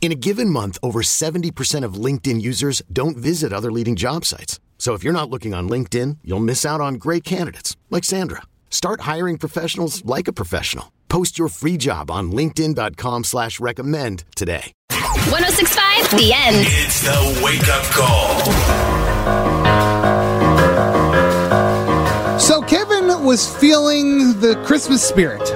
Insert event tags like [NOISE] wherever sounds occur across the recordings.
In a given month, over 70% of LinkedIn users don't visit other leading job sites. So if you're not looking on LinkedIn, you'll miss out on great candidates like Sandra. Start hiring professionals like a professional. Post your free job on LinkedIn.com slash recommend today. 1065 The End. It's the wake up call. So Kevin was feeling the Christmas spirit.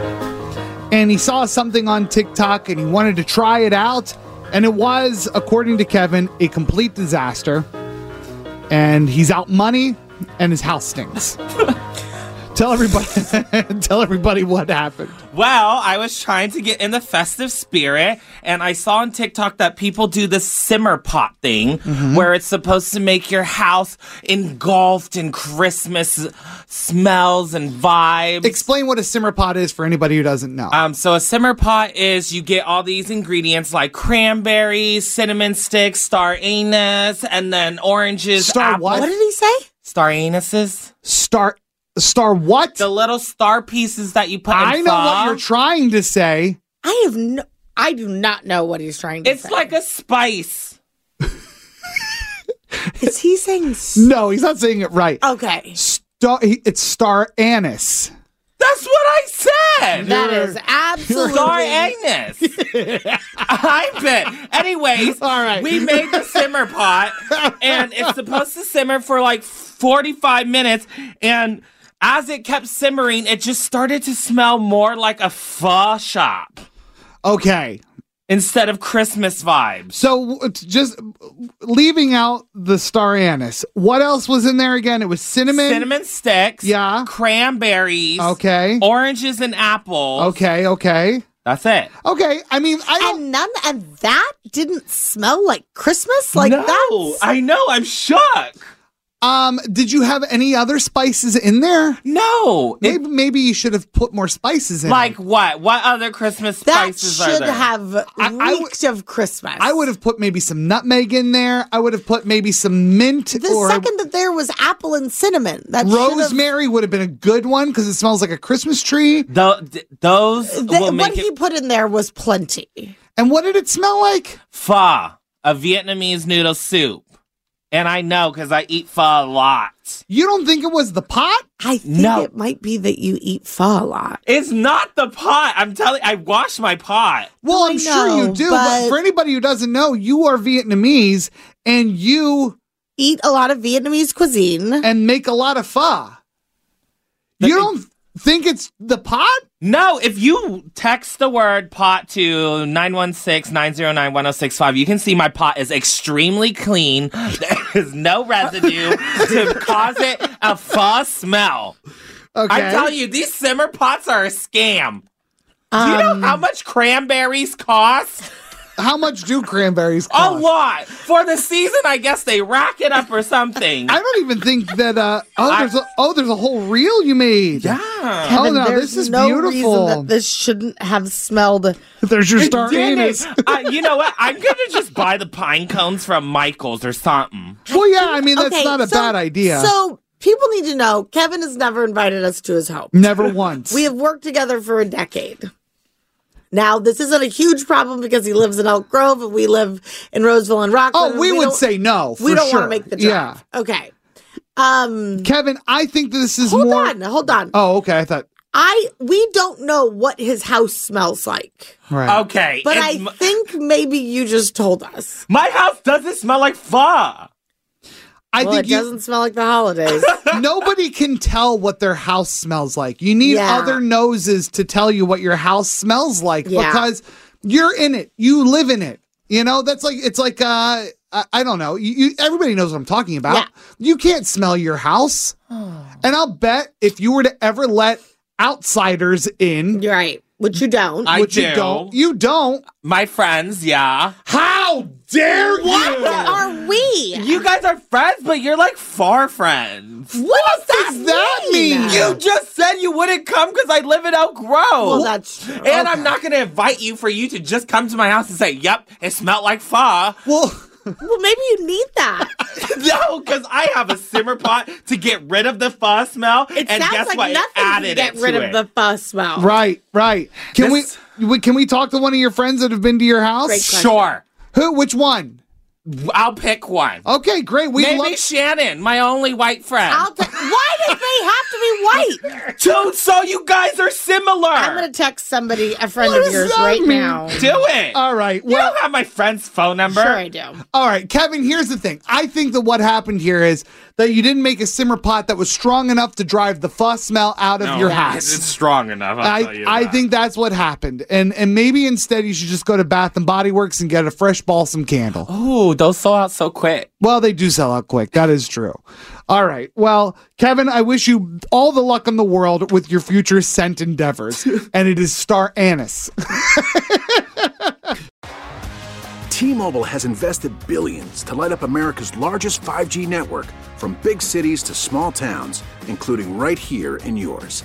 And he saw something on TikTok and he wanted to try it out. And it was, according to Kevin, a complete disaster. And he's out money and his house stinks. tell everybody [LAUGHS] tell everybody what happened. Well, I was trying to get in the festive spirit, and I saw on TikTok that people do the simmer pot thing, Mm-hmm. where it's supposed to make your house engulfed in Christmas smells and vibes. Explain what a simmer pot is for anybody who doesn't know. Um, so a simmer pot is you get all these ingredients like cranberries, cinnamon sticks, star anise, and then oranges. Star apples. what? What did he say? Star anises. Star star what? The little star pieces that you put. I in know pho. what you're trying to say. I have no, I do not know what he's trying to It's say. like a spice. is he saying s- No, he's not saying it right. okay? Star, he- it's star anise. That's what I said. That is absolutely Star [LAUGHS] Agnes. I bet. Anyways, All right. we made the simmer pot, and it's supposed to simmer for like 45 minutes. And as it kept simmering, it just started to smell more like a pho shop Okay. instead of Christmas vibes. So it's just leaving out the star anise. What else was in there again? It was cinnamon. Cinnamon sticks, Yeah. cranberries, Okay. oranges and apples. Okay, okay. That's it. Okay, I mean, I don't and none and that didn't smell like Christmas. Like no, that. I know. I'm shook. um did you have any other spices in there? No, it- Maybe maybe you should have put more spices in. it. Like what? What other Christmas That spices are should there? have reeked I w- of Christmas. I would have put maybe some nutmeg in there. I would have put maybe some mint The or second that there was apple and cinnamon, that should have- rosemary would have been a good one because it smells like a Christmas tree. Tho- th- those Th- will what make he it put in there was plenty. And what did it smell like? pho, a Vietnamese noodle soup. And I know because I eat pho a lot. You don't think it was the pot? I think No. it might be that you eat pho a lot. It's not the pot. I'm telling. I wash my pot. Well, Well, I'm I sure you know, do, but but- for anybody who doesn't know, you are Vietnamese and you Eat a lot of Vietnamese cuisine. and make a lot of pho. You don't think it's the pot? No, if you text the word pot to 916-909-1065, you can see my pot is extremely clean. [LAUGHS] There is no residue to cause it a pho smell. Okay. I tell you, these simmer pots are a scam. Do you know Um, how much cranberries cost? How much do cranberries A cost? lot. For the season, I guess they rack it up or something. I don't even think that. Uh, oh, I- there's a, oh, there's a whole reel you made. yeah. Oh And no, there's this is no beautiful. reason that this shouldn't have smelled. There's your star Dang anise. it. I- you know what? I'm going to just buy the pine cones from Michael's or something. Well, yeah, I mean that's Okay, not a so- bad idea. So people need to know Kevin has never invited us to his home. Never once. We have worked together for a decade. Now, this isn't a huge problem because he lives in Elk Grove and we live in Roseville and Rockland. oh, and we, would don't- say no. we for don't sure. want to make the Yeah, drive. Okay. Um, Kevin, I think this is hold more. on, hold on. Oh, okay. I thought I we don't know what his house smells like, right. Okay. but it's I m- think maybe you just told us. my house doesn't smell like pho. I well, think it you- doesn't smell like the [LAUGHS] holidays. nobody can tell what their house smells like. You need Yeah. other noses to tell you what your house smells like Yeah. because you're in it. You live in it. You know, that's like it's like uh I, I don't know. You, you everybody knows what I'm talking about. Yeah. You can't smell your [SIGHS] house. And I'll bet if you were to ever let outsiders in, right, which you don't, I which you do. don't, you don't. My friends, yeah. How dare What you? are we? You guys are friends, but you're like far friends. what does that, that mean? You just said you wouldn't come because I live in Elk Grove. Well, that's true. And I'm not going to invite you for you to just come to my house and say, yep, it smelled like pho. Well, Well, maybe you need that. [LAUGHS] no, because I have a simmer pot to get rid of the pho smell. It and sounds guess like what? It nothing added can get it rid to of it. the fuss smell. right, right. Can This- we, we can we talk to one of your friends that have been to your house? Great question. Sure. Who? Which one? I'll pick one. Okay, great. We Maybe love. Shannon, my only white friend. I'll ta- Why does they have to be white? [LAUGHS] Dude, so you guys are similar. I'm gonna text somebody, a friend of does yours, that right mean? now. do it. all right. you Uh, Well, don't have my friend's phone number. Sure, I do. All right, Kevin, here's the thing. I think that what happened here is that you didn't make a simmer pot that was strong enough to drive the fuss smell out of your house. It's strong enough. I'll tell I, you I that. think that's what happened. And and maybe instead you should just go to Bath and Body Works and get a fresh balsam candle. Ooh, those sold out so quick. Well, they do sell out quick. That is true. All right. Well, Kevin, I wish you all the luck in the world with your future scent [LAUGHS] endeavors. and it is Star Anise. T-Mobile has invested billions to light up America's largest 5G network from big cities to small towns, including right here in yours.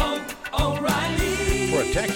Protect